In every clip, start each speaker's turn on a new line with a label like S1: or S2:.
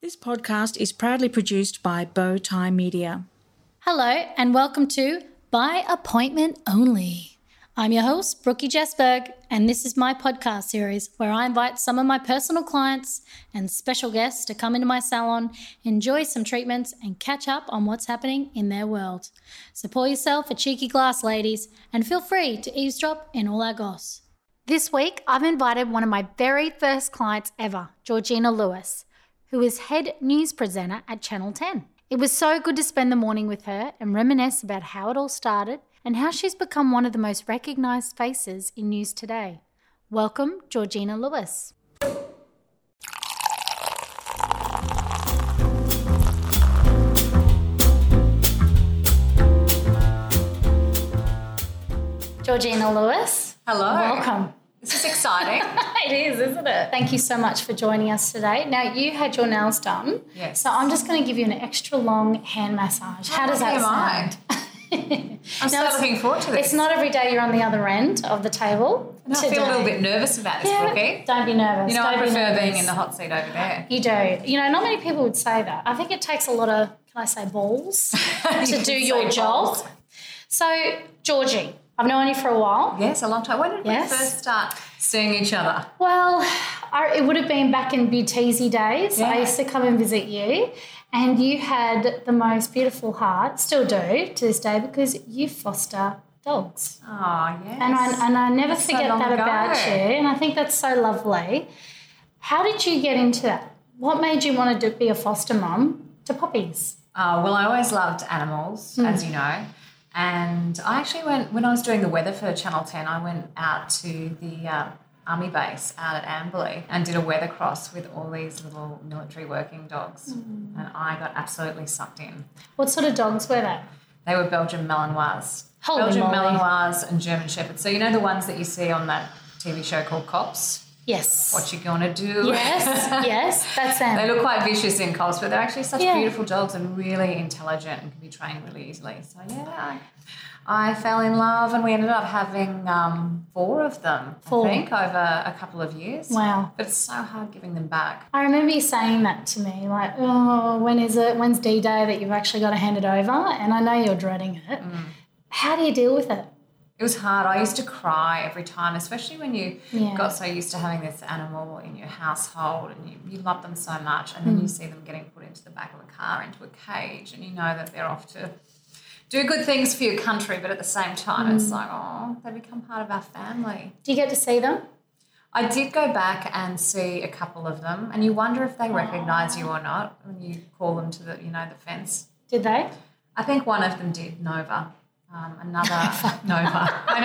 S1: This podcast is proudly produced by Bow Tie Media.
S2: Hello, and welcome to By Appointment Only. I'm your host, Brookie Jesberg, and this is my podcast series where I invite some of my personal clients and special guests to come into my salon, enjoy some treatments, and catch up on what's happening in their world. So pour yourself a cheeky glass, ladies, and feel free to eavesdrop in all our goss. This week, I've invited one of my very first clients ever, Georgina Lewis who is head news presenter at Channel 10. It was so good to spend the morning with her and reminisce about how it all started and how she's become one of the most recognised faces in news today. Welcome, Georgina Lewis. Georgina Lewis.
S3: Hello.
S2: Welcome.
S3: This is exciting.
S2: It is, isn't it? Thank you so much for joining us today. Now, you had your nails done.
S3: Yes.
S2: So I'm just going to give you an extra long hand massage. How does that
S3: Am I?
S2: sound?
S3: I'm so
S2: it's-
S3: looking forward to this.
S2: It's not every day you're on the other end of the table.
S3: I feel a little bit nervous about this, Brookie.
S2: Don't be nervous.
S3: You know, I
S2: Don't be
S3: prefer
S2: nervous.
S3: being in the hot seat over there.
S2: You do. You know, not many people would say that. I think it takes a lot of, can I say, balls
S3: You
S2: to
S3: can
S2: do
S3: say
S2: your job.
S3: balls.
S2: So, Georgie, I've known you for a while.
S3: Yes, a long time. When did
S2: Yes.
S3: we first start seeing each other?
S2: Well, I, it would have been back in BTZ days.
S3: Yeah.
S2: I used to come and visit you, and you had the most beautiful heart, still do to this day, because you foster dogs.
S3: Oh, yes.
S2: And I, and I never
S3: so
S2: forget
S3: long
S2: that
S3: ago.
S2: about you, and I think that's so lovely. How did you get into that? What made you want to do, be a foster mum to puppies?
S3: Uh, well, I always loved animals,
S2: Hmm.
S3: as you know. And I actually went, when I was doing the weather for Channel 10, I went out to the uh, army base out at Amberley and did a weather cross with all these little military working dogs.
S2: Hmm.
S3: And I got absolutely sucked in.
S2: What sort of dogs were they?
S3: They were Belgian Malinois.
S2: Holy
S3: Belgian
S2: moly.
S3: Malinois and German Shepherds. So you know the ones that you see on that TV show called Cops?
S2: Yes.
S3: What you gonna do?
S2: Yes, yes, that's them.
S3: they look quite vicious in Cops, but they're actually such
S2: Yeah.
S3: beautiful dogs and really intelligent and can be trained really easily. So yeah, I, I fell in love and we ended up having um, four of them,
S2: Four.
S3: I think, over a couple of years.
S2: Wow.
S3: But it's so hard giving them back.
S2: I remember you saying that to me, like, oh, when is it? When's D Day that you've actually got to hand it over? And I know you're dreading it.
S3: Mm.
S2: How do you deal with it?
S3: It was hard. I used to cry every time, especially when you
S2: Yeah.
S3: got so used to having this animal in your household and you, you love them so much, and then you see them getting put into the back of a car, into a cage, and you know that they're off to do good things for your country, but at the same time, it's like, oh, they become part of our family.
S2: Do you get to see them?
S3: I did go back and see a couple of them, and you wonder if they recognize you or not when you call them to the, you know, the fence.
S2: Did they?
S3: I think one of them did Nova. Um, another Nova. I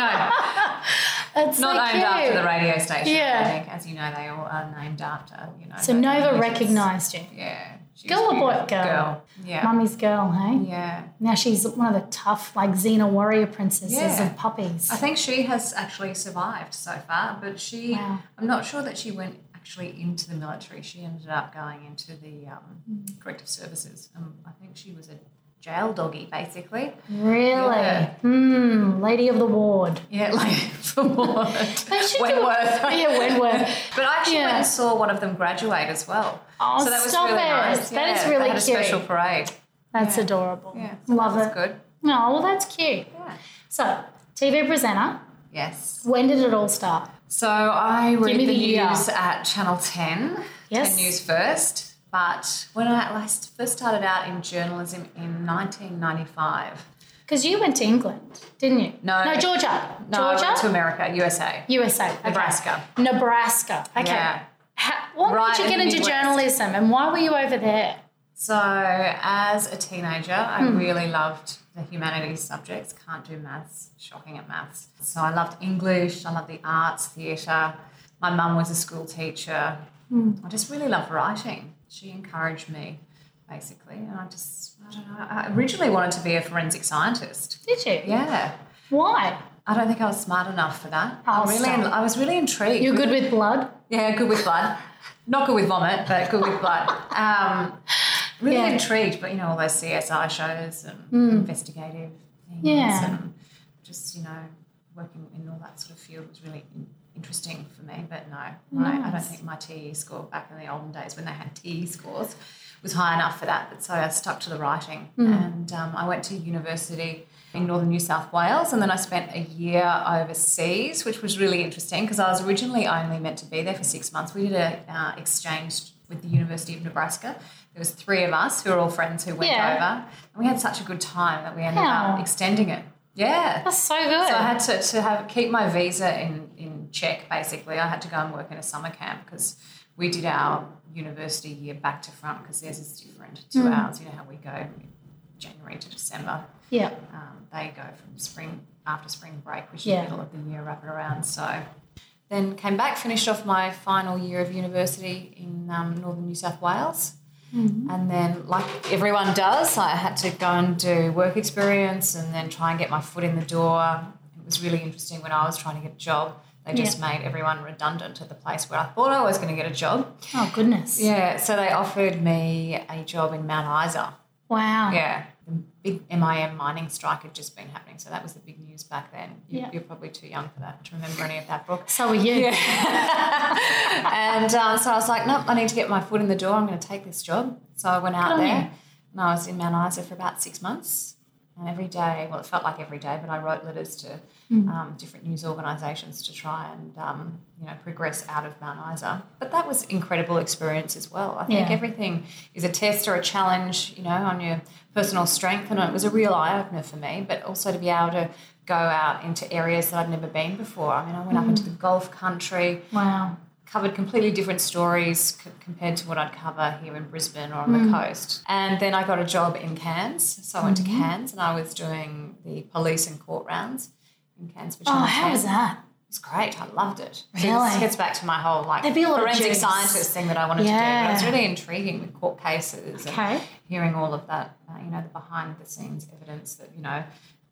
S3: know.
S2: It's
S3: Not
S2: so
S3: named
S2: cute.
S3: after the radio station.
S2: Yeah.
S3: I think, as you know, they all are named after, you know.
S2: So
S3: the
S2: Nova
S3: images.
S2: recognised you.
S3: Yeah. she
S2: Girl or
S3: was
S2: boy?
S3: beautiful.
S2: Girl.
S3: Yeah.
S2: Mummy's girl, hey?
S3: Yeah.
S2: Now she's one of the tough, like Xena warrior princesses
S3: Yeah.
S2: of puppies.
S3: I think she has actually survived so far, but she,
S2: Wow.
S3: I'm not sure that she went actually into the military. She ended up going into the um,
S2: Mm.
S3: corrective services. Um, I think she was a jail doggy, basically.
S2: Really?
S3: Yeah.
S2: Hmm, lady of the ward.
S3: Yeah, like for what?
S2: should do-
S3: Wentworth.
S2: yeah, Wentworth.
S3: But I actually went
S2: Yeah.
S3: and saw one of them graduate as well.
S2: Oh,
S3: so that was
S2: stop
S3: really
S2: it.
S3: nice.
S2: That
S3: yeah,
S2: is really
S3: they had a
S2: cute.
S3: special parade.
S2: That's
S3: Yeah.
S2: adorable.
S3: Yeah, so
S2: Love
S3: that was
S2: it.
S3: Good.
S2: Oh, well, that's cute.
S3: Yeah.
S2: So, TV presenter,
S3: Yes.
S2: when did it all start?
S3: So I read
S2: me
S3: the,
S2: the year.
S3: news at Channel Ten.
S2: Yes.
S3: Ten News first. But when I I first started out in journalism in 1995.
S2: Because you went to England, didn't you?
S3: No.
S2: No, Georgia.
S3: No, I
S2: Georgia?
S3: went to America, USA.
S2: USA. okay.
S3: Nebraska.
S2: Nebraska. Okay.
S3: Yeah.
S2: Ha- what made
S3: Right
S2: you
S3: in
S2: get
S3: the
S2: into
S3: Midwest.
S2: journalism and why were you over there?
S3: So, as a teenager, I really loved the humanities subjects. Can't do maths, shocking at maths. So, I loved English, I loved the arts, theatre. My mum was a school teacher. I just really loved writing. She encouraged me, basically. And I just, I don't know, I originally wanted to be a forensic scientist.
S2: Did you?
S3: Yeah.
S2: Why?
S3: I don't think I was smart enough for that.
S2: Oh,
S3: I, really,
S2: stop.
S3: I was really intrigued.
S2: You're good with blood?
S3: Yeah, good with blood. Not good with vomit, but good with blood. Um, really
S2: Yeah. Hmm.
S3: intrigued, but you know, all those CSI shows and investigative things
S2: Yeah.
S3: and just, you know, working in all that sort of field was really in- E interesting for me. But no, my, I don't think my TE score back in the olden days when they had TE E scores was high enough for that. But so I stuck to the writing, and um, I went to university in northern New South Wales, and then I spent a year overseas, which was really interesting because I was originally only meant to be there for six months. We did a uh, exchange with the University of Nebraska. There was three of us who were all friends who went
S2: Yeah.
S3: over, and we had such a good time that we ended
S2: Wow.
S3: up extending it. Yeah,
S2: That's so good.
S3: so I had to, to have keep my visa in, in check basically. I had to go and work in a summer camp because we did our university year back to front because theirs is different. Two hours, you know how we go January to December.
S2: yeah.
S3: Um, they go from spring after spring break, which is
S2: Yeah.
S3: the middle of the year, wrap it around. So then came back, finished off my final year of university in um, northern New South Wales. And then, like everyone does, I had to go and do work experience and then try and get my foot in the door. It was really interesting when I was trying to get a job. They just made everyone redundant at the place where I thought I was going to get a job.
S2: Oh goodness.
S3: Yeah, so they offered me a job in Mount Isa.
S2: Wow.
S3: Yeah. The big MIM mining strike had just been happening. So that was the big news back then. You,
S2: Yeah.
S3: You're probably too young for that to remember any of that, Brooke.
S2: So are you.
S3: and um, so I was like, nope, I need to get my foot in the door. I'm going to take this job. So I went out
S2: Good on
S3: there
S2: you.
S3: and I was in Mount Isa for about six months. And every day, well, it felt like every day, but I wrote letters to um, different news organisations to try and, um, you know, progress out of Mount Isa. But that was incredible experience as well. I think
S2: Yeah.
S3: everything is a test or a challenge, you know, on your personal strength. And it was a real eye opener for me, but also to be able to go out into areas that I'd never been before. I mean, I went up into the Gulf country,
S2: Wow.
S3: covered completely different stories c- compared to what I'd cover here in Brisbane or on
S2: Hmm.
S3: the coast. And then I got a job in Cairns. So I went
S2: Hmm.
S3: to Cairns and I was doing the police and court rounds in Cairns. For
S2: Oh,
S3: Channel
S2: how
S3: 10.
S2: was that?
S3: It was great. I loved it. So
S2: Really?
S3: this gets back to my whole like
S2: There'd be a lot of
S3: forensic
S2: juice.
S3: scientist thing that I wanted to do. But it's
S2: Yeah.
S3: really intriguing with court cases
S2: Okay.
S3: and hearing all of that, uh, you know, the behind the scenes evidence that, you know,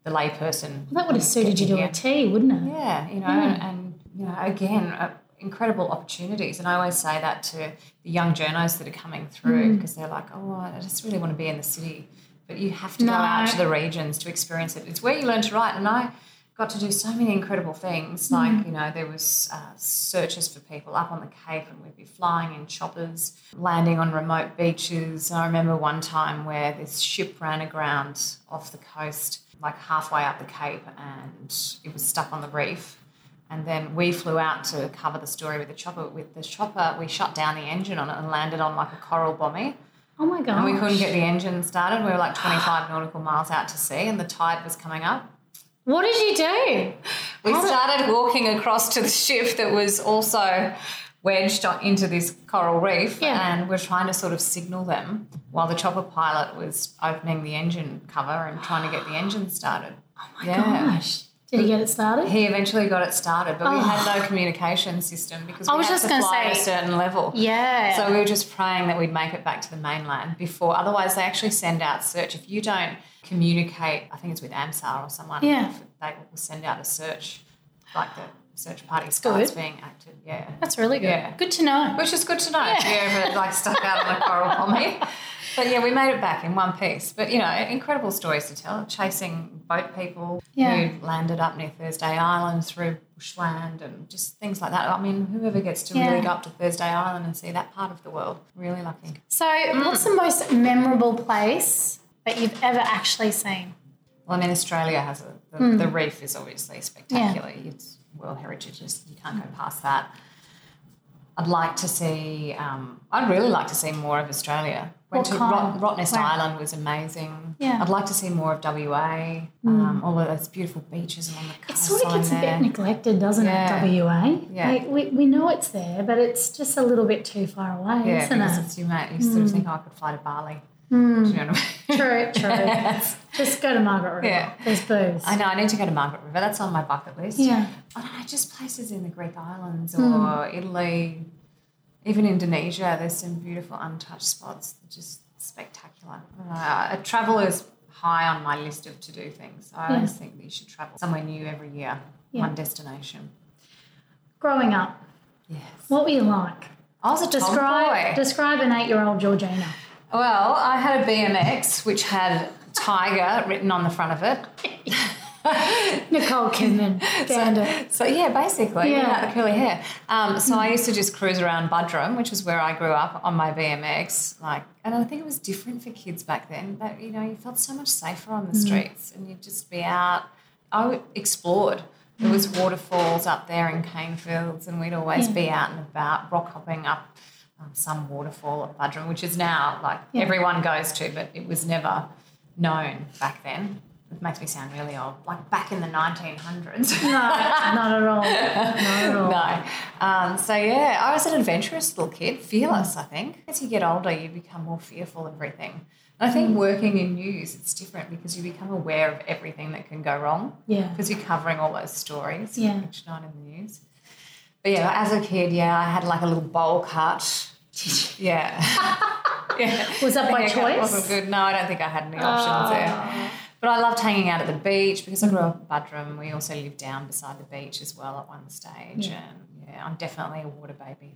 S3: the layperson.
S2: That would have suited you to
S3: Yeah.
S2: a T, wouldn't it?
S3: Yeah, you know, and you know, again, uh, incredible opportunities. And I always say that to the young journos that are coming through because they're like, oh, I just really want to be in the city, but you have to go out
S2: No.
S3: to the regions to experience it. It's where you learn to write, and I. Got to do so many incredible things, like you know, there was uh, searches for people up on the Cape, and we'd be flying in choppers, landing on remote beaches. I remember one time where this ship ran aground off the coast, like halfway up the Cape, and it was stuck on the reef. And then we flew out to cover the story with the chopper. With the chopper, we shut down the engine on it and landed on like a coral bommy.
S2: Oh my god.
S3: And we couldn't get the engine started. We were like 25 nautical miles out to sea, and the tide was coming up.
S2: What did you do?
S3: We
S2: Oh.
S3: started walking across to the ship that was also wedged on- into this coral reef,
S2: Yeah.
S3: and we're trying to sort of signal them while the chopper pilot was opening the engine cover and trying to get the engine started. Oh my
S2: Gosh. Did you get it started?
S3: He eventually got it started, but we had no communication system because we
S2: Oh. I was
S3: had
S2: just
S3: to
S2: gonna
S3: fly at a
S2: say-
S3: certain level.
S2: Yeah.
S3: So we were just praying that we'd make it back to the mainland before. Otherwise, they actually send out search. If you don't communicate, I think it's with AMSAR or someone,
S2: Yeah.
S3: they will send out a search, like the search party starts
S2: good.
S3: being active. Yeah.
S2: That's really good.
S3: Yeah.
S2: Good to know.
S3: Which is good to know if you ever like stuck out on a coral pommy. But yeah, we made it back in one piece. But you know, incredible stories to tell. Chasing boat people
S2: Yeah.
S3: who landed up near Thursday Island through bushland and just things like that. I mean, whoever gets to
S2: Yeah.
S3: really go up to Thursday Island and see that part of the world, really lucky.
S2: So,
S3: Mm.
S2: what's the most memorable place that you've ever actually seen?
S3: Well, I mean, Australia has a the,
S2: Hmm.
S3: the reef is obviously spectacular. It's World Heritage. it's- You can't go past that. I'd like to see. Um, I'd really like to see more of Australia. Went
S2: What
S3: to Rot-
S2: kind?
S3: Rottnest
S2: Wow.
S3: Island was amazing.
S2: Yeah.
S3: I'd like to see more of WA. Um, all of those beautiful beaches along the
S2: It
S3: coast.
S2: sort of gets a bit neglected, doesn't
S3: Yeah.
S2: it? WA.
S3: Yeah.
S2: Like, we, we know it's there, but it's just a little bit too far away,
S3: Yeah,
S2: isn't
S3: because
S2: it? Hmm.
S3: it's, you might you sort of think oh, I could fly to Bali. Do you know what I mean?
S2: True, true. Just go to Margaret River.
S3: Yeah.
S2: There's booze.
S3: I know. I need to go to Margaret River. That's on my bucket list.
S2: Yeah.
S3: I don't know, just places in the Greek islands or
S2: Hmm.
S3: Italy, even Indonesia. There's some beautiful untouched spots. They're just spectacular. Uh, travel is high on my list of to do things. I always think that you should travel somewhere new every year,
S2: Yeah.
S3: one destination.
S2: Growing up,
S3: Yes.
S2: what were you like?
S3: I was a
S2: Describe
S3: tomboy.
S2: describe an eight year old Georgina.
S3: Well, I had a BMX which had tiger written on the front of it.
S2: Nicole Kidman. Found it.
S3: So yeah, basically,
S2: Yeah.
S3: without the curly hair. Um, so I used to just cruise around Budrum, which was where I grew up on my BMX. Like, and I think it was different for kids back then. But you know, you felt so much safer on
S2: Mm.
S3: the streets, and you'd just be out. I would- explored. There was
S2: Mm.
S3: waterfalls up there in cane fields, and we'd always be out and about, rock hopping up um, some waterfall at Budrum, which is now like
S2: Yeah.
S3: everyone goes to, but it was never known back then. It makes me sound really old, like back in the 1900s.
S2: No, not at all. Not at all.
S3: No. Um, so yeah, I was an adventurous little kid, fearless. I think as you get older, you become more fearful of everything. And I think working in news, it's different because you become aware of everything that can go wrong
S2: Yeah.
S3: because you're covering all those stories,
S2: Yeah.
S3: which aren't in the news. But yeah, as a kid, yeah, I had like a little bowl cut. Yeah. yeah.
S2: Was that by
S3: Yeah,
S2: choice?
S3: wasn't good. No, I don't think I had any options there. But I loved hanging out at the beach because I grew up in Budrum. We also lived down beside the beach as well at one stage. And yeah, I'm definitely a water baby.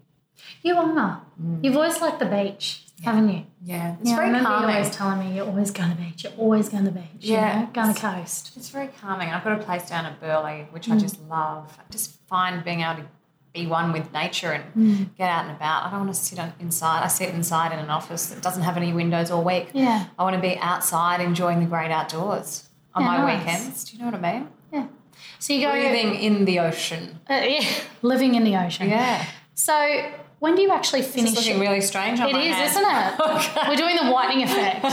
S2: You are. You've always liked the beach, haven't you?
S3: Mm. Yeah, it's
S2: yeah, I
S3: very
S2: remember you
S3: calming.
S2: always telling me you're always going to beach. You're always going to beach.
S3: Yeah.
S2: You know, going to coast.
S3: It's very calming. I've got a place down at Burleigh, which I just love. I just find being able to be one with nature and get out and about. I don't want to sit on, inside. I sit inside in an office that doesn't have any windows all week.
S2: Yeah.
S3: I want to be outside enjoying the great outdoors on
S2: Yeah,
S3: my
S2: nice.
S3: weekends. Do you know what I mean?
S2: Oh, Yeah. So you go
S3: Breathing in the ocean.
S2: Uh, yeah, living in the ocean.
S3: Yeah.
S2: So when do you actually
S3: It's
S2: finish?
S3: looking really strange on
S2: It
S3: my
S2: is,
S3: hand.
S2: isn't it? We're doing the whitening effect.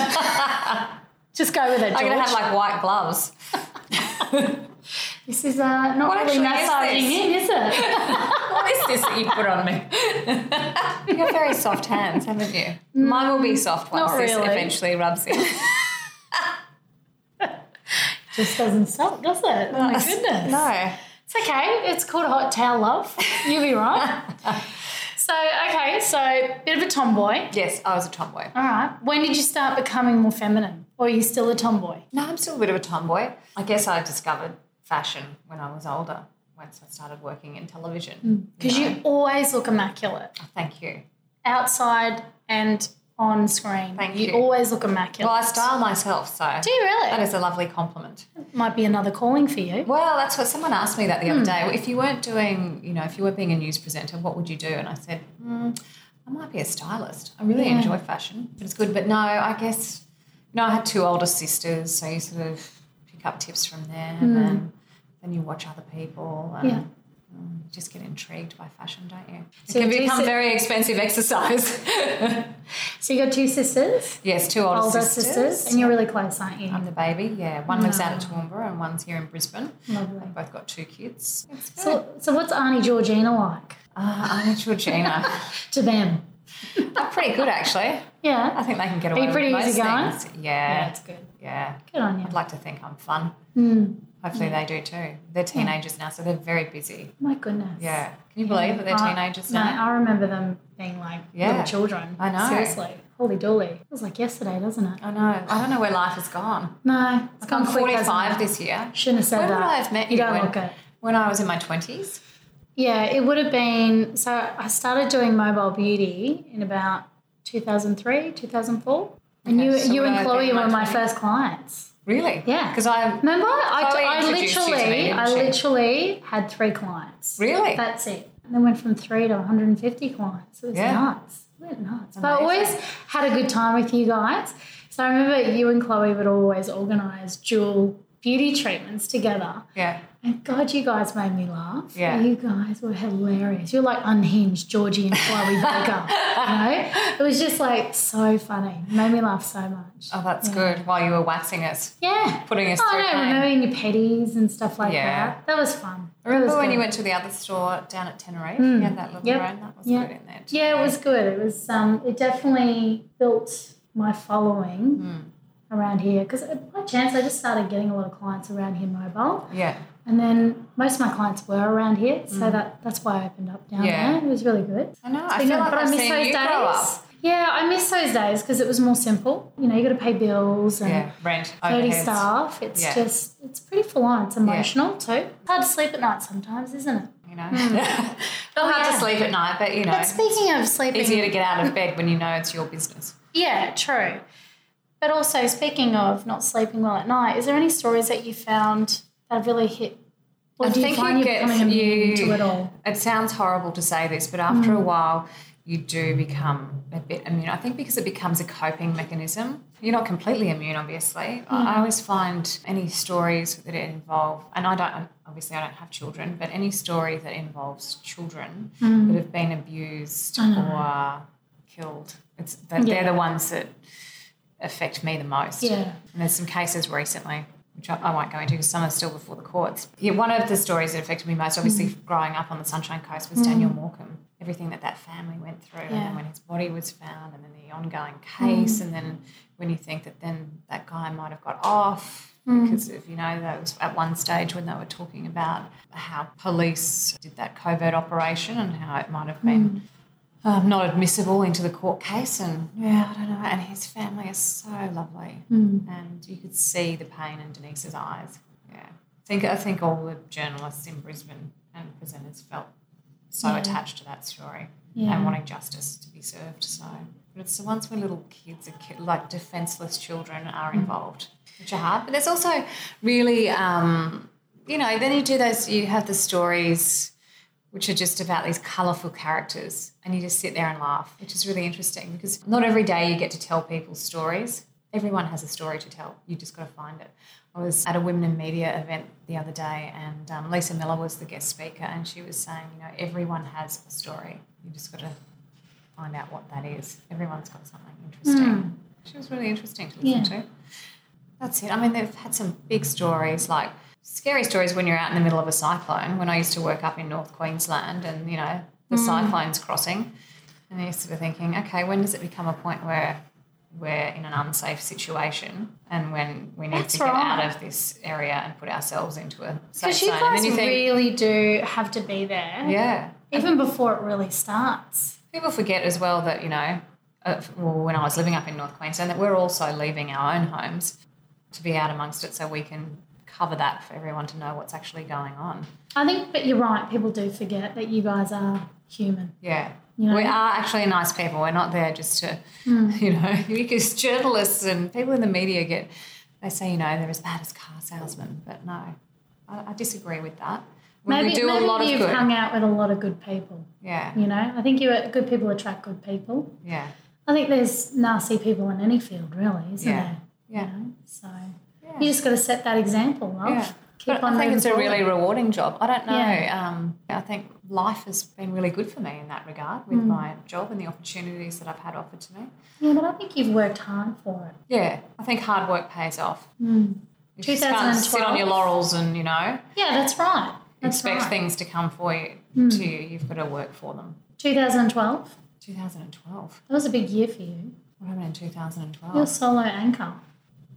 S2: Just go with it, George.
S3: I'm going to have like white gloves.
S2: this is uh, not
S3: What
S2: really
S3: actually is
S2: massaging
S3: this?
S2: in, is it?
S3: What is this that you put on me? you have very soft hands, haven't you? Mine will be soft once
S2: not
S3: this
S2: really.
S3: eventually rubs in.
S2: Just doesn't stop, does it? Oh my goodness.
S3: No.
S2: It's okay. It's called hot towel love. You'll be right. so okay, so bit of a tomboy.
S3: Yes, I was a tomboy.
S2: All right. When did you start becoming more feminine, or are you still a tomboy?
S3: No, I'm still a bit of a tomboy. I guess I discovered fashion when I was older, once I started working in television.
S2: Because you always look immaculate
S3: Thank you.
S2: outside and on screen.
S3: Thank
S2: you.
S3: you.
S2: always look immaculate.
S3: Well, I style myself, so
S2: Do you really?
S3: that is a lovely compliment.
S2: Might be another calling for you.
S3: Well, that's what someone asked me that the other
S2: Hmm.
S3: day. If you weren't doing, you know, if you were being a news presenter, what would you do? And I said, mm, I might be a stylist. I really
S2: Yeah.
S3: enjoy fashion, but it's good. But no, I guess, you know, I had two older sisters, so you sort of pick up tips from them, and then you watch other people, and
S2: Hmm. Yeah.
S3: mm, you just get intrigued by fashion, don't you? It
S2: So
S3: can
S2: do you
S3: become
S2: sit-
S3: very expensive exercise.
S2: So you got two sisters,
S3: yes, two older,
S2: older sisters,
S3: sisters. Um,
S2: and you're really close, aren't you?
S3: I'm the baby. Yeah, one lives out at Toowoomba, and one's here in Brisbane.
S2: Lovely.
S3: They've both got two kids. It's good.
S2: So, so what's Auntie Georgina like
S3: Uh, I'm a Georgina.
S2: to them?
S3: I'm pretty good, actuty. I
S2: Yeah.
S3: think they can get away
S2: you pretty
S3: with most
S2: easygoing?
S3: things. Yeah, yeah,
S2: good. Good on you. Mm,
S3: I'd like to think I'm fun. Hopefully they do too. They're teenagers now, so they're very busy.
S2: My goodness.
S3: Yeah. Can you believe that they're
S2: I-
S3: teenagers
S2: no,
S3: now?
S2: I remember them being like
S3: Yeah.
S2: little children.
S3: I know.
S2: Seriously. Holy dooly. It was like yesterday, doesn't it?
S3: I know. I don't know where life has gone.
S2: No, it's
S3: I'm
S2: gone quick. hasn't
S3: 45
S2: it?
S3: this year.
S2: Shouldn't have said
S3: When would
S2: that.
S3: I have met you?
S2: You don't
S3: when,
S2: look it.
S3: When I was in my 20s.
S2: Yeah, it would have been. So I started doing mobile beauty in about 2003, 2004. and
S3: Okay,
S2: you,
S3: so
S2: you
S3: would I
S2: and
S3: have
S2: Chloe
S3: been
S2: were
S3: my
S2: my
S3: 20s?
S2: first clients.
S3: Really?
S2: Yeah.
S3: Because I
S2: Remember, I,
S3: Chloe
S2: I
S3: introduced you to me,
S2: literally,
S3: didn't
S2: I
S3: she?
S2: literally had three clients.
S3: Really?
S2: That's it. And then went from three to 150 clients. It was
S3: Yeah.
S2: nuts. It went nuts. But I
S3: Amazing.
S2: always had a good time with you guys. So I remember you and Chloe would always organise dual beauty treatments together.
S3: Yeah.
S2: And God, you guys made me laugh.
S3: Yeah.
S2: You guys were hilarious. You're like unhinged Georgie and Chloe Baker. You know? It was just like so funny. Made me laugh so much.
S3: Oh, that's good. While you were waxing us,
S2: Yeah.
S3: putting us
S2: Oh,
S3: through
S2: no,
S3: pain.
S2: remembering your petties and stuff like
S3: Yeah.
S2: that. That was fun. That
S3: Remember
S2: was
S3: when
S2: good.
S3: you went to the other store down at Tenerife? You had that little
S2: Hmm. Yep.
S3: room. That was
S2: Yeah.
S3: good in there too.
S2: Yeah, it was good. It was um, it definitely built my following
S3: Hmm.
S2: around here because by chance I just started getting a lot of clients around here mobile,
S3: Yeah.
S2: and then most of my clients were around here, so that that's why I opened up down
S3: Hmm. Yeah.
S2: there. It was really good.
S3: I know.
S2: It's
S3: I
S2: been
S3: feel
S2: good,
S3: like I've seen you grow up.
S2: Yeah, I miss those days because it was more simple. You know, you got to pay bills and.
S3: Yeah, rent,
S2: 30
S3: overheads.
S2: staff, it's
S3: Yeah.
S2: just, it's pretty full on. It's emotional too. It's hard to sleep at night sometimes, isn't it?
S3: You know, not hard
S2: yeah.
S3: to sleep at night, but you know,
S2: But speaking of sleeping,
S3: easier to get out of bed when you know it's your business.
S2: Yeah, true. But also, speaking of not sleeping well at night, is there any stories that you found that really hit? Or
S3: I
S2: do you
S3: think
S2: find
S3: it
S2: you're
S3: gets
S2: becoming immune
S3: you-
S2: to it all?
S3: It sounds horrible to say this, but after a while, you do become a bit immune. I think because it becomes a coping mechanism. You're not completely immune, obviously.
S2: Mm.
S3: I I always find any stories that involve, and I don't, obviously, I don't have children, but any story that involves children
S2: Mm.
S3: that have been abused or killed, it's, they're,
S2: Yeah.
S3: they're the ones that affect me the most.
S2: Yeah.
S3: And there's some cases recently, which I, I won't go into because some are still before the courts. Yeah, one of the stories that affected me most, obviously, growing up on the Sunshine Coast was Daniel Morecambe. Everything that that family went through, and
S2: Yeah.
S3: then when his body was found, and then the ongoing case, and then when you think that then that guy might have got off because of, you know, that was at one stage when they were talking about how police did that covert operation and how it might have been um, not admissible into the court case, and yeah, I don't know. And his family is so lovely, and you could see the pain in Denise's eyes. Yeah, I think I think all the journalists in Brisbane and presenters felt so attached to that story
S2: Yeah.
S3: and wanting justice to be served. So, but it's the ones where little kids, are ki- like defenseless children, are involved, which are hard. But there's also really, um, you know, then you do those. You have the stories which are just about these colourful characters, and you just sit there and laugh, which is really interesting because not every day you get to tell people's stories. Everyone has a story to tell. You just got to find it. I was at a women in media event the other day, and um, Lisa Miller was the guest speaker, and she was saying, you know, everyone has a story. You just got to find out what that is. Everyone's got something interesting. She was really interesting to listen
S2: Yeah.
S3: to. That's it. I mean, they've had some big stories, like scary stories when you're out in the middle of a cyclone. When I used to work up in North Queensland and, you know, the
S2: Mm.
S3: cyclone's crossing, and you're sort of thinking, okay, when does it become a point where we're in an unsafe situation and when we need
S2: That's
S3: to get
S2: right.
S3: out of this area and put ourselves into a safe
S2: Because you
S3: zone? And
S2: guys
S3: then you think,
S2: really do have to be there,
S3: yeah.
S2: even before it really starts.
S3: People forget as well that, you know, uh, well, when I was living up in North Queensland, that we're also leaving our own homes to be out amongst it so we can cover that for everyone to know what's actually going on.
S2: I think, but you're right. People do forget that you guys are human.
S3: Yeah.
S2: You know? Hmm.
S3: We are actually nice people. We're not there just to, you know, because journalists and people in the media get, they say, you know, they're as bad as car salesmen. But no, I, I disagree with that. We, we
S2: Maybe,
S3: do
S2: maybe
S3: a lot of
S2: you've
S3: good.
S2: hung out with a lot of good people.
S3: yeah.
S2: You know, I think you good people attract good people.
S3: Yeah.
S2: I think there's nasty people in any field, really, isn't
S3: Yeah.
S2: there?
S3: Yeah.
S2: You know? So
S3: Yeah.
S2: you just got to set that example, love.
S3: Yeah.
S2: Keep
S3: But
S2: on
S3: I think
S2: moving
S3: it's a
S2: forward.
S3: really rewarding job. I don't know.
S2: Yeah.
S3: Um, I think life has been really good for me in that regard
S2: Hmm.
S3: with my job and the opportunities that I've had offered to me.
S2: yeah, but I think you've worked hard for it.
S3: Yeah, I think hard work pays off.
S2: Hmm.
S3: If you just can't
S2: 2012.
S3: sit on your laurels and you know
S2: Yeah, that's right. That's
S3: expect
S2: right. Hmm.
S3: things to come for you to you. You've got to work for them.
S2: 2012.
S3: 2012.
S2: That was a big year for you.
S3: What happened in
S2: You're a
S3: 2012?
S2: solo anchor.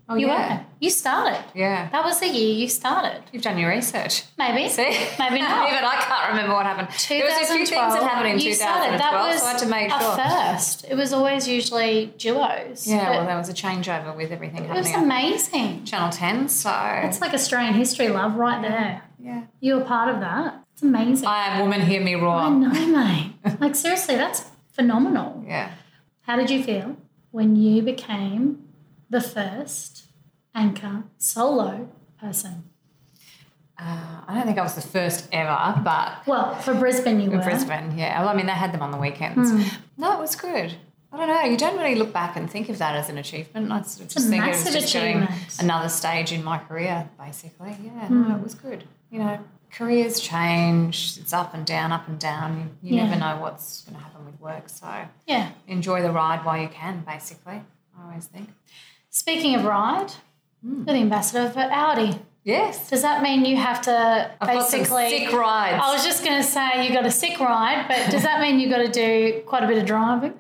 S3: Oh
S2: you
S3: yeah,
S2: were. You started.
S3: yeah.
S2: That was the year you started.
S3: You've done your research.
S2: Maybe.
S3: See,
S2: Maybe not.
S3: Even I can't remember what happened. There was a few things that happened in
S2: you
S3: 2012,
S2: started. That was
S3: so I had to make
S2: a
S3: sure.
S2: first. It was always usually duos.
S3: Yeah,
S2: but
S3: well, there was a changeover with everything
S2: it was
S3: happening on
S2: amazing.
S3: Channel 10, so
S2: It's like Australian history, love, right there.
S3: yeah.
S2: You were part of that. It's amazing.
S3: I am woman, hear me
S2: I
S3: roar.
S2: know, mate. like seriously, that's phenomenal.
S3: Yeah.
S2: How did you feel when you became the first anchor solo person?
S3: Uh, I don't think I was the first ever, but
S2: Well, for Brisbane, you
S3: in
S2: were.
S3: Brisbane, yeah. Well, I mean, they had them on the weekends.
S2: Hmm.
S3: No, it was good. I don't know. You don't really look back and think of that as an achievement. I sort of just
S2: a
S3: think it was
S2: massive
S3: just doing
S2: achievement. Hmm.
S3: another stage in my career, basically. Yeah, no, it was good. You know, careers change. It's up and down, up and down. You, you
S2: Yeah.
S3: never know what's going to happen with work. So
S2: Yeah.
S3: enjoy the ride while you can, basically. I always think.
S2: Speaking of ride,
S3: Hmm.
S2: you're the ambassador for Audi.
S3: Yes.
S2: Does that mean you have to
S3: I've got some
S2: basically?
S3: sick rides.
S2: I was just going to say you got a sick ride, but does that mean you got to do quite a bit of driving?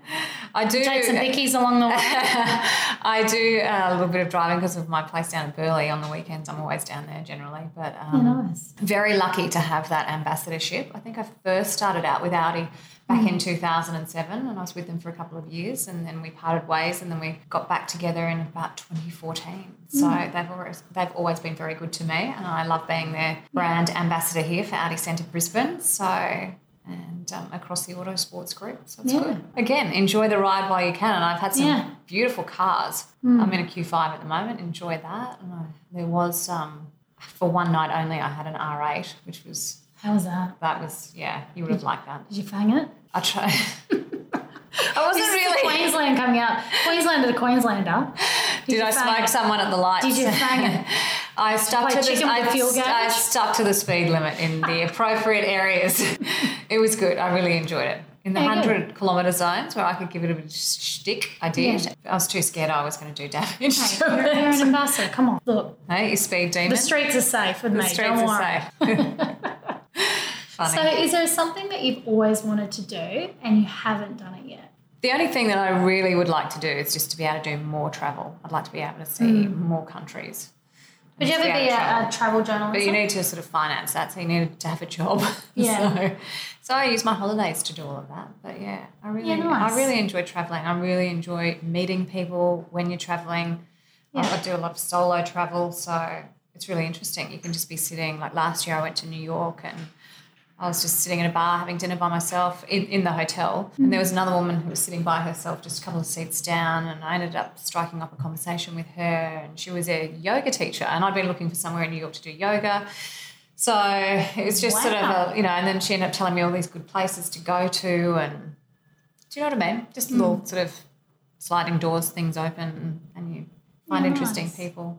S3: I do
S2: Take some pickies along the way.
S3: I do uh, a little bit of driving because of my place down in Burleigh on the weekends. I'm always down there generally, but um,
S2: nice.
S3: very lucky to have that ambassadorship. I think I first started out with Audi back in 2007 and I was with them for a couple of years and then we parted ways and then we got back together in about 2014. So they've always they've always been very good to me and I love being their brand ambassador here for Audi Centre Brisbane. So and um, across the auto sports group. So it's
S2: Yeah.
S3: good. Again, enjoy the ride while you can. And I've had some
S2: Yeah. Hmm.
S3: beautiful cars. I'm in a Q5 at the moment. Enjoy that. And I, there was um, for one night only, I had an R8, which was,
S2: How was that?
S3: that was, yeah, you would have liked that.
S2: Did you fang it?
S3: I tried. I wasn't
S2: This is the
S3: really.
S2: Queensland coming out. Queenslander to Queenslander.
S3: Did, I
S2: fang
S3: smoke
S2: it?
S3: someone at the lights?
S2: Did you fang it?
S3: I stuck
S2: Like
S3: to the
S2: chicken with
S3: I,
S2: a fuel gauge?
S3: I stuck to the speed limit in the appropriate areas. it was good. I really enjoyed it. In the
S2: Very good.
S3: hundred kilometer zones where I could give it a bit of shtick, I did. I was too scared I was going to do damage.
S2: Hey,
S3: to
S2: You're,
S3: it.
S2: you're an ambassador. Come on. Look,
S3: Hey, you speed demon.
S2: the streets are safe with
S3: The
S2: me.
S3: streets
S2: Don't
S3: are
S2: worry.
S3: safe. Funny.
S2: So, is there something that you've always wanted to do and you haven't done it yet?
S3: The only thing that I really would like to do is just to be able to do more travel. I'd like to be able to see
S2: Hmm.
S3: more countries.
S2: Would you
S3: Just
S2: ever
S3: be
S2: be
S3: able to
S2: a, a travel journalist?
S3: But you need to sort of finance that, so you need to have a job.
S2: Yeah.
S3: so, so I use my holidays to do all of that. But yeah, I really,
S2: Yeah, nice.
S3: I really enjoy traveling. I really enjoy meeting people when you're traveling. I-
S2: Yeah.
S3: I do a lot of solo travel, so it's really interesting. You can just be sitting. Like last year, I went to New York and. I was just sitting in a bar having dinner by myself in, in the hotel. And there was another woman who was sitting by herself just a couple of seats down. And I ended up striking up a conversation with her. And she was a yoga teacher. And I'd been looking for somewhere in New York to do yoga. So it was just sort of
S2: Wow.
S3: a, you know, and then she ended up telling me all these good places to go to. And do you know what I mean? Just little sort of sliding doors, things open, and you find
S2: Yeah,
S3: interesting
S2: nice.
S3: people.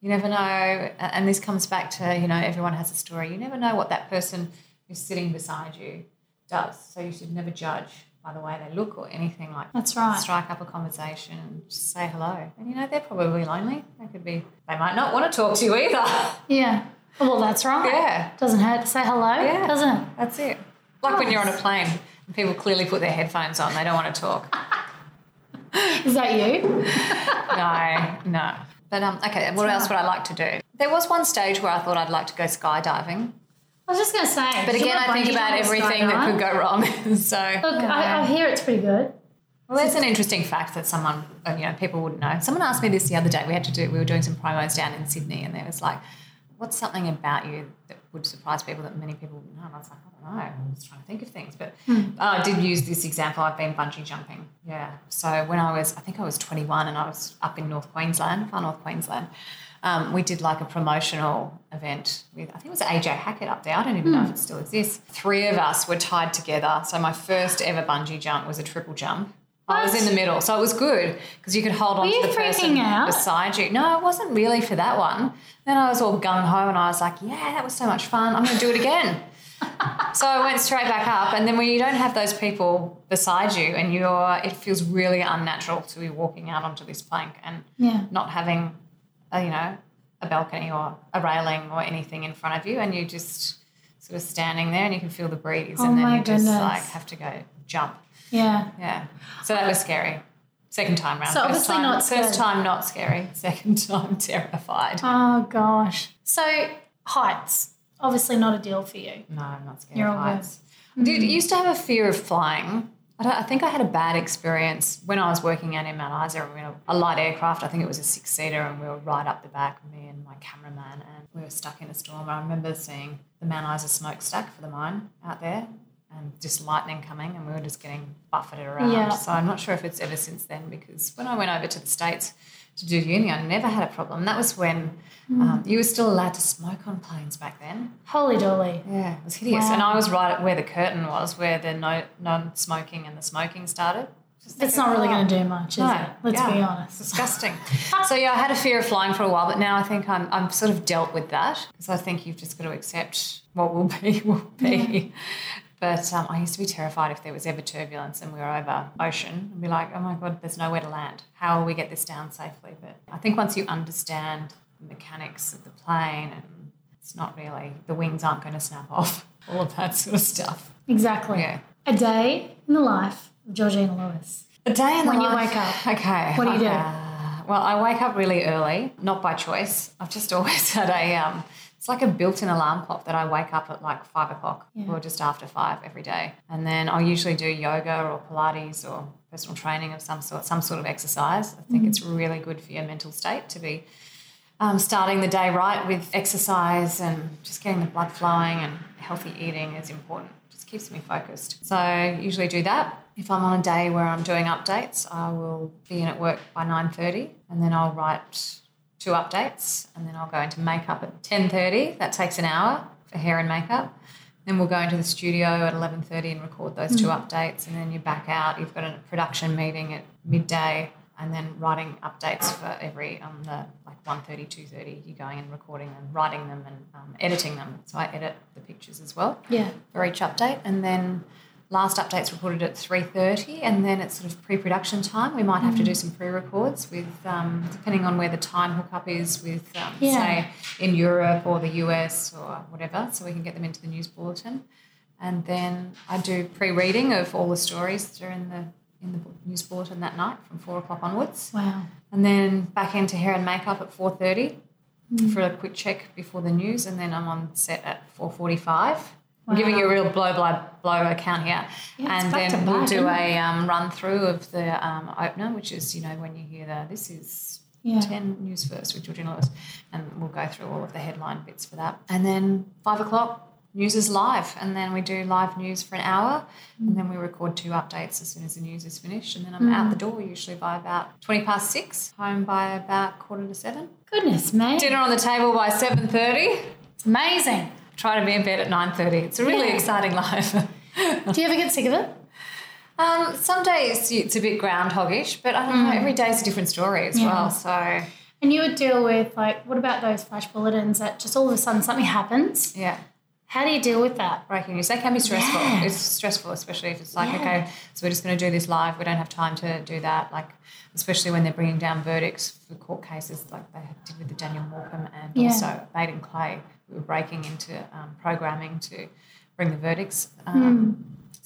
S3: You never know, a- and this comes back to you know everyone has a story. You never know what that person who's sitting beside you does, so you should never judge by the way they look or anything like. that.
S2: That's right.
S3: Strike up a conversation and just say hello. And you know they're probably lonely. They could be. They might not want to talk to you either.
S2: Yeah. Well, that's right.
S3: Yeah.
S2: Doesn't hurt to say hello,
S3: Yeah.
S2: does it?
S3: That's it. Like when you're on a plane and people clearly put their headphones on, they don't want to talk.
S2: Is that you?
S3: no, no. But um, okay, what else would I like to do? There was one stage where I thought I'd like to go skydiving,
S2: I was just going to say.
S3: but
S2: do you
S3: again,
S2: want
S3: I think
S2: bungee
S3: about
S2: jumping or
S3: everything that could
S2: skydive?
S3: go wrong. so,
S2: Look, I, I hear it's pretty good.
S3: well, that's an interesting fact that someone, uh, you know, people wouldn't know. Someone asked me this the other day. We had to do, we were doing some promos down in Sydney, and there was like, "What's something about you that would surprise people that many people wouldn't know?" And I was like, "I don't know." I was trying to think of things, but
S2: Hmm.
S3: oh, I did use this example. I've been bungee jumping. Yeah. So when I was, I think I was 21, and I was up in North Queensland, far North Queensland. Um, we did like a promotional event with, I think it was AJ Hackett up there. I don't even
S2: Hmm.
S3: know if it still exists. Three of us were tied together. So my first ever bungee jump was a triple jump. I was
S2: What?
S3: in the middle, so it was good because you could hold on
S2: Were
S3: to
S2: you
S3: the person
S2: freaking out?
S3: beside you. No, it wasn't really for that one. Then I was all gung ho and I was like, yeah, that was so much fun. I'm going to do it again. so I went straight back up, and then when you don't have those people beside you, and you're, it feels really unnatural to be walking out onto this plank and
S2: Yeah.
S3: not having, a, you know, a balcony or a railing or anything in front of you, and you just sort of standing there, and you can feel the breeze,
S2: Oh
S3: and then
S2: my
S3: you
S2: goodness.
S3: just like have to go jump.
S2: Yeah.
S3: Yeah. So that was scary. Second time round.
S2: So
S3: first
S2: obviously
S3: time,
S2: not
S3: First
S2: scared.
S3: time not scary. Second time terrified.
S2: Oh, gosh. So, heights. Obviously, not a deal for you.
S3: No, I'm not scared
S2: You're
S3: of
S2: all Mm-hmm.
S3: heights. Dude, I used to have a fear of flying. I, don't, I think I had a bad experience when I was working out in Mount Isa. We were in a, a light aircraft. I think it was a six seater, and we were right up the back, me and my cameraman, and we were stuck in a storm. I remember seeing the Mount Isa smokestack for the mine out there, and just lightning coming, and we were just getting buffeted around.
S2: Yeah.
S3: So I'm not sure if it's ever since then because when I went over to the States to do uni, I never had a problem. That was when
S2: Mm-hmm.
S3: um, you were still allowed to smoke on planes back then.
S2: Holy dolly.
S3: Yeah, it was hideous.
S2: Wow.
S3: And I was right at where the curtain was, where the no non-smoking and the smoking started. Just
S2: That's
S3: thinking,
S2: not really
S3: "Oh,
S2: going to do much, is
S3: no,
S2: it? Let's
S3: yeah,
S2: be
S3: It's
S2: honest.
S3: disgusting. so yeah, I had a fear of flying for a while, but now I think I'm I'm sort of dealt with that because I think you've just got to accept what will be will be. But um, I used to be terrified if there was ever turbulence and we were over ocean and be like, oh my god, there's nowhere to land. How will we get this down safely? But I think once you understand the mechanics of the plane and it's not really the wings aren't going to snap off, all of that sort of stuff.
S2: Exactly.
S3: Yeah.
S2: A day in the life of Georgina Lewis.
S3: A day in
S2: When
S3: the
S2: you
S3: life-
S2: wake up,
S3: Okay.
S2: what do you do?
S3: Uh, well, I wake up really early, not by choice. I've just always had a. Um, it's like a built-in alarm clock that I wake up at like five o'clock
S2: Yeah.
S3: or just after five every day, and then I'll usually do yoga or Pilates or personal training of some sort, some sort of exercise. I
S2: Mm-hmm.
S3: think it's really good for your mental state to be um, starting the day right with exercise and just getting the blood flowing and healthy eating is important. Just keeps me focused. So I usually do that. If I'm on a day where I'm doing updates, I will be in at work by 9:30 and then I'll write two updates, and then I'll go into makeup at ten thirty. That takes an hour for hair and makeup. Then we'll go into the studio at eleven thirty and record those two updates, and then you're back out. You've got a production meeting at midday, and then writing updates for every on the like 1.30, 2.30, You're going and recording them, writing them, and um, editing them. So I edit the pictures as well
S2: Yeah.
S3: for each update, and then last update's recorded at 3.30 and then it's sort of pre-production time we might have to do some pre-records with um, depending on where the time hookup is with um,
S2: Yeah.
S3: say in europe or the us or whatever so we can get them into the news bulletin and then i do pre-reading of all the stories during the in the news bulletin that night from 4 o'clock onwards
S2: Wow.
S3: and then back into hair and makeup at 4.30 for a quick check before the news and then i'm on set at 4.45 i'm giving you a real blow blow blow account here
S2: Yeah, it's
S3: and
S2: back
S3: then
S2: to
S3: we'll
S2: back,
S3: do
S2: isn't
S3: a um, run through of the um, opener which is you know when you hear the this is
S2: Yeah.
S3: 10 news first with georgina lewis and we'll go through all of the headline bits for that and then 5 o'clock news is live and then we do live news for an hour and then we record two updates as soon as the news is finished and then i'm out the door usually by about 20 past 6 home by about quarter to 7
S2: Goodness me.
S3: dinner on the table by 7.30
S2: It's amazing.
S3: try to be in bed at 9.30 it's a really
S2: Yeah.
S3: exciting life
S2: Do you ever get sick of it?
S3: um, some days it's a bit groundhoggish but i don't know every day's a different story as well so
S2: And you would deal with like, what about those flash bulletins that just all of a sudden something happens?
S3: yeah
S2: How do you deal with that?
S3: breaking news. They can be stressful.
S2: Yeah.
S3: It's stressful, especially if it's like,
S2: Yeah.
S3: okay, so we're just going to do this live. We don't have time to do that. Like, especially when they're bringing down verdicts for court cases, like they did with the Daniel Morcombe and
S2: Yeah.
S3: also Baden Clay. We were breaking into um, programming to bring the verdicts. Um,
S2: Hmm.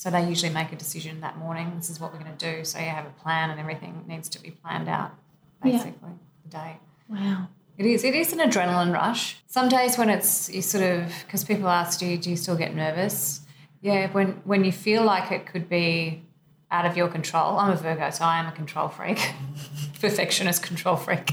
S3: So they usually make a decision that morning. This is what we're going to do. So you have a plan, and everything needs to be planned out,
S2: Yeah.
S3: basically, the day.
S2: Wow.
S3: It is. It is an adrenaline rush. Some days when it's you sort of because people ask you, do you still get nervous? Yeah, when when you feel like it could be out of your control. I'm a Virgo, so I am a control freak, perfectionist control freak.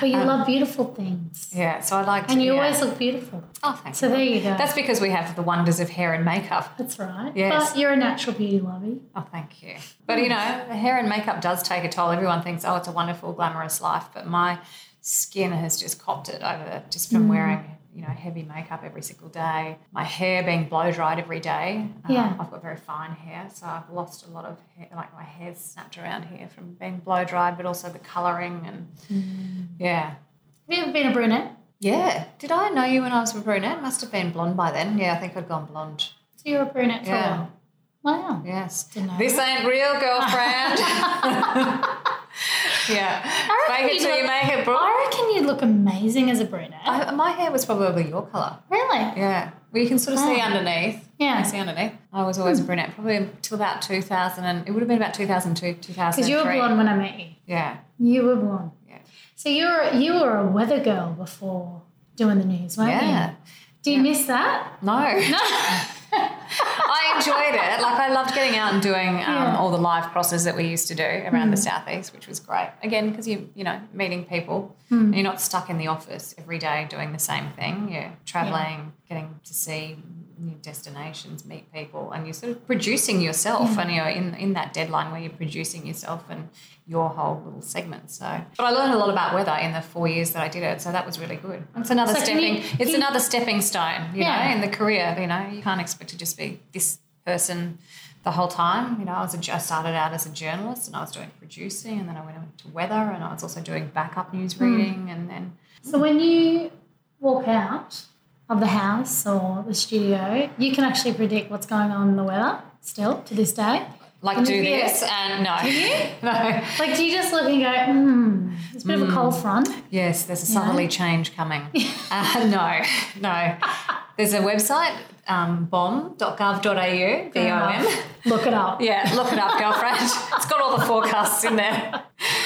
S2: But you love beautiful things.
S3: Yeah, so I like.
S2: And
S3: to,
S2: you
S3: Um, yeah.
S2: always look beautiful.
S3: Oh, thanks.
S2: So there you go.
S3: That's because we have the wonders of hair and makeup.
S2: That's right.
S3: Yes.
S2: But you're a natural beauty lobby.
S3: Oh, thank you. But you know, hair and makeup does take a toll. Everyone thinks, oh, it's a wonderful, glamorous life, but my skin has just copped it over just from wearing, you know, heavy makeup every single day. My hair being blow dried every day. Um,
S2: Yeah.
S3: I've got very fine hair, so I've lost a lot of hair. Like my hair's snapped around here from being blow dried, but also the colouring and yeah.
S2: Have you ever been a brunette?
S3: Yeah. Did I know you when I was a brunette? Must have been blonde by then. Yeah, I think I'd gone blonde.
S2: So you're a brunette for
S3: Yeah.
S2: a while. Wow.
S3: Yes.
S2: Didn't know
S3: This ain't real, girlfriend. yeah.
S2: reckon
S3: Fake it
S2: you'd
S3: till you
S2: look-
S3: make it, bro.
S2: I reckon you look amazing as a brunette.
S3: I, my hair was probably your colour.
S2: really?
S3: Yeah. Well, you can sort of see
S2: Oh.
S3: underneath.
S2: Yeah.
S3: You see underneath. Hmm. I was always a brunette, probably until about 2000. And it would have been about 2002, 2003.
S2: Because you were blonde when I met you.
S3: Yeah.
S2: You were blonde.
S3: Yeah.
S2: So you were you were a weather girl before doing the news, weren't you?
S3: Yeah.
S2: Do you miss that?
S3: No. I enjoyed it. Like I loved getting out and doing um,
S2: Yeah. Hmm.
S3: all the live crosses that we used to do around the southeast, which was great. Again, because you you know meeting people,
S2: Hmm.
S3: and you're not stuck in the office every day doing the same thing. You're traveling, getting to see new destinations, meet people, and you're sort of producing yourself.
S2: Hmm.
S3: And you're in in that deadline where you're producing yourself and your whole little segment. So, but I learned a lot about weather in the four years that I did it. So that was really good. It's another
S2: So can
S3: stepping.
S2: you-
S3: it's
S2: can-
S3: another stepping stone. You
S2: Yeah.
S3: know, in the career. You know, you can't expect to just be this person the whole time. You know, I was a, I started out as a journalist and I was doing producing, and then I went into weather, and I was also doing backup news
S2: Hmm.
S3: reading, and then
S2: So when you walk out of the house or the studio, you can actually predict what's going on in the weather still to this day.
S3: like
S2: Can
S3: do
S2: you hear
S3: this
S2: it?
S3: and no, no.
S2: Like do you just look and go, hmm, it's a bit of a cold front.
S3: Yes, there's a southerly change coming. uh, no, no. There's a website, um, bomb.gov.au, B-O-M.
S2: Look it up.
S3: Yeah, look it up, girlfriend. it's got all the forecasts in there.
S2: And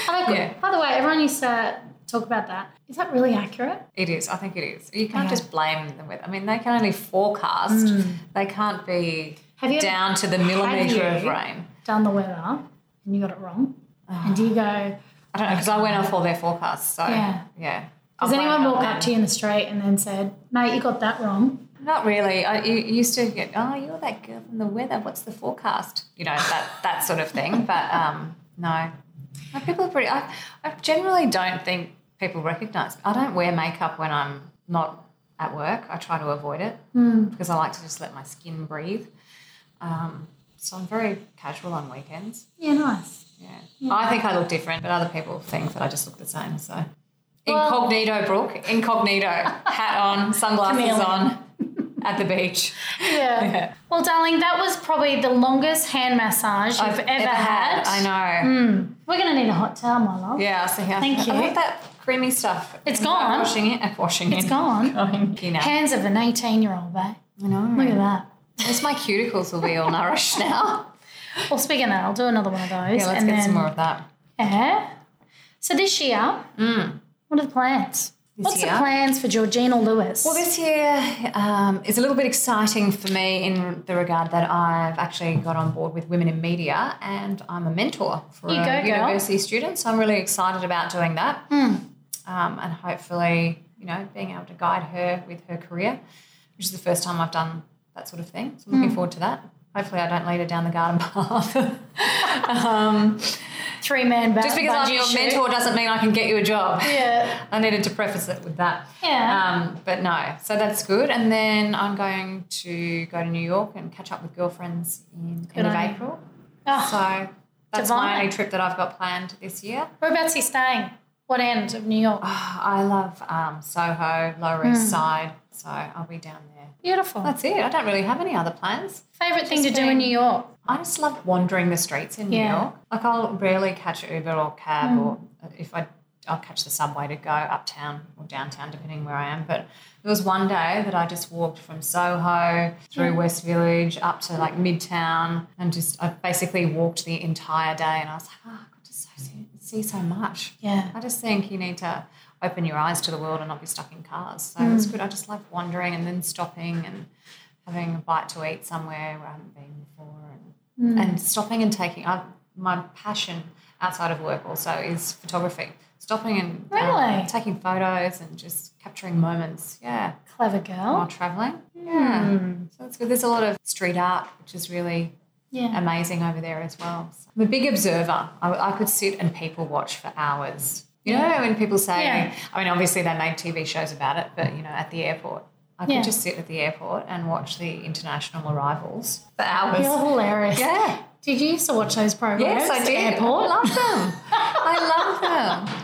S2: I could-
S3: Yeah.
S2: By the way, everyone used to talk about that. Is that really accurate?
S3: It is. I think it is. You can't
S2: Okay.
S3: just blame the weather. I mean, they can only forecast. They can't be
S2: Have you ever
S3: down to the millimetre of
S2: you-
S3: rain.
S2: done the weather and you got it wrong?
S3: Ah.
S2: And do you go,
S3: I don't know because I went off all their forecasts. So
S2: Yeah.
S3: yeah. Oh
S2: Does anyone walk up to you in the street and then said, "Mate, you got that wrong"?
S3: Not really. I you you used to get, oh, you're that girl from the weather. What's the forecast? You know that that sort of thing. But um, no, no people are pretty. I, I generally don't think people recognise. I don't wear makeup when I'm not at work. I try to avoid it because I like to just let my skin breathe. Um, so I'm very casual on weekends.
S2: Yeah, nice.
S3: Yeah. I think I look different, but other people think that I just look the same. So incognito, Brooke, incognito, hat on, sunglasses
S2: Chameleon.
S3: on, at the beach.
S2: Yeah.
S3: Yeah.
S2: Well, darling, that was probably the longest hand massage you've ever, had.
S3: I know.
S2: We're gonna need a hot towel, my love.
S3: Yeah, so how
S2: Thank
S3: I
S2: you.
S3: want that creamy stuff.
S2: It's
S3: I'm
S2: gone.
S3: Washing it, uh, washing
S2: It's
S3: it.
S2: gone.
S3: Going. You know.
S2: Hands of an 18 year old, babe.
S3: Oh, I know.
S2: Look at that.
S3: At least my cuticles will be all nourished now.
S2: Well, speaking of that, I'll do another one of those.
S3: Yeah, let's
S2: and
S3: get
S2: then,
S3: some more of that.
S2: Yeah. So this year, what are the plans? What's
S3: Mm. year?
S2: the plans for Georgina Lewis?
S3: Well, this year um, is a little bit exciting for me in the regard that I've actually got on board with Women in Media and I'm a mentor for
S2: You go, girl.
S3: a
S2: Hmm.
S3: university student. So I'm really excited about doing that um, and hopefully, you know, being able to guide her with her career, which is the first time I've done that sort of thing. So I'm
S2: Hmm.
S3: looking forward to that. Hopefully, I don't lead her down the garden path. um,
S2: three man band.
S3: just because I'm your mentor doesn't mean I can get you a job.
S2: Yeah.
S3: I needed to preface it with that.
S2: Yeah.
S3: Um, but no, so that's good. And then I'm going to go to New York and catch up with girlfriends in end of
S2: on you.
S3: April.
S2: Oh,
S3: So that's
S2: Divine.
S3: my only trip that I've got planned this year.
S2: whereabouts are you staying? What end of New York?
S3: Ah, I love um, Soho, Lower
S2: Hmm.
S3: East Side. So I'll be down there.
S2: Beautiful.
S3: That's it. I don't really have any other plans.
S2: Favorite thing to
S3: just
S2: do in
S3: being-
S2: New York?
S3: I just love wandering the streets in New
S2: Yeah.
S3: York. Like I'll rarely catch Uber or cab, or if I, I'll catch the subway to go uptown or downtown, depending where I am. But there was one day that I just walked from Soho through West Village up to like Midtown, and just I basically walked the entire day, and I was like, oh, I got to so see, see so much.
S2: Yeah.
S3: I just think you need to open your eyes to the world and not be stuck in cars. So it's good. I just like wandering and then stopping and having a bite to eat somewhere where I haven't been before and, and stopping and taking. I, my passion outside of work also is photography. Stopping and um,
S2: Really?
S3: taking photos and just capturing moments. Yeah.
S2: Clever girl.
S3: While traveling. Yeah. So it's good. There's a lot of street art, which is really
S2: Yeah.
S3: amazing over there as well. So I'm a big observer. I, I could sit and people watch for hours. You know, when people say,
S2: Yeah.
S3: I mean, obviously they make TV shows about it, but you know, at the airport, I could
S2: Yeah.
S3: just sit at the airport and watch the international arrivals for hours.
S2: You're hilarious.
S3: Yeah.
S2: Did you used to watch those programs?
S3: Yes, I
S2: at
S3: did.
S2: The airport?
S3: I love them. I love them.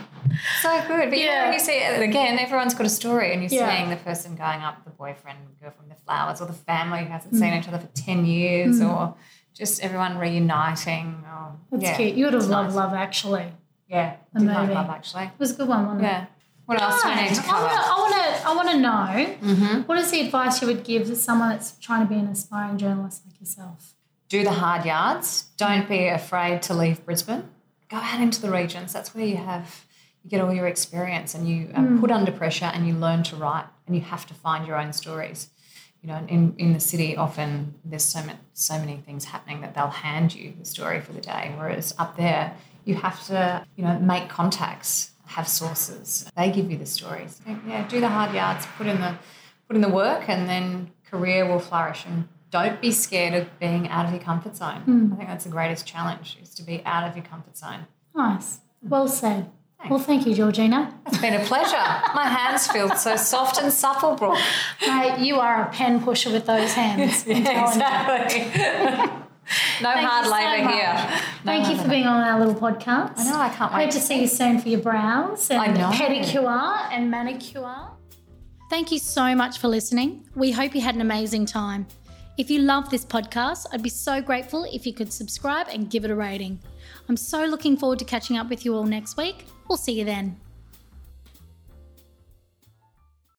S3: So good. But you know,
S2: Yeah.
S3: when you see again, everyone's got a story, and you're
S2: Yeah.
S3: seeing the person going up, the boyfriend, girlfriend, the flowers, or the family who
S2: Mm.
S3: hasn't seen each other for ten years, or just everyone reuniting. Or,
S2: That's
S3: yeah.
S2: cute. You would have
S3: It's
S2: loved
S3: nice.
S2: Love Actually. It
S3: Yeah,
S2: The
S3: did love
S2: movie.
S3: love actually.
S2: was a good one, wasn't it?
S3: Yeah. What else do we need to
S2: I
S3: cover?
S2: wanna- I want to. I want to know. what is the advice you would give to someone that's trying to be an aspiring journalist like yourself?
S3: do the hard yards. Don't be afraid to leave Brisbane. Go out into the regions. That's where you have you get all your experience and you are put under pressure and you learn to write and you have to find your own stories. You know, in, in the city, often there's so many, so many things happening that they'll hand you the story for the day. Whereas up there, you have to, you know, make contacts, have sources. They give you the stories. Yeah, do the hard yards. Put in the put in the work and then career will flourish and don't be scared of being out of your comfort zone
S2: Hmm.
S3: i think that's the greatest challenge is to be out of your comfort zone
S2: Nice. Well said. Well, thank you, Georgina.
S3: it's been a pleasure my hands feel so soft and supple brooke
S2: Mate, you are a pen pusher with those hands. I'm telling you.
S3: exactly no
S2: Thank
S3: hard
S2: you so
S3: labor
S2: much.
S3: here No
S2: Thank
S3: hard
S2: you for
S3: labour.
S2: being on our little podcast.
S3: i know i can't
S2: Hope
S3: wait
S2: to see you soon for your brows and
S3: I know.
S2: pedicure and manicure. Thank you so much for listening. We hope you had an amazing time. If you love this podcast, I'd be so grateful if you could subscribe and give it a rating. I'm so looking forward to catching up with you all next week. We'll see you then.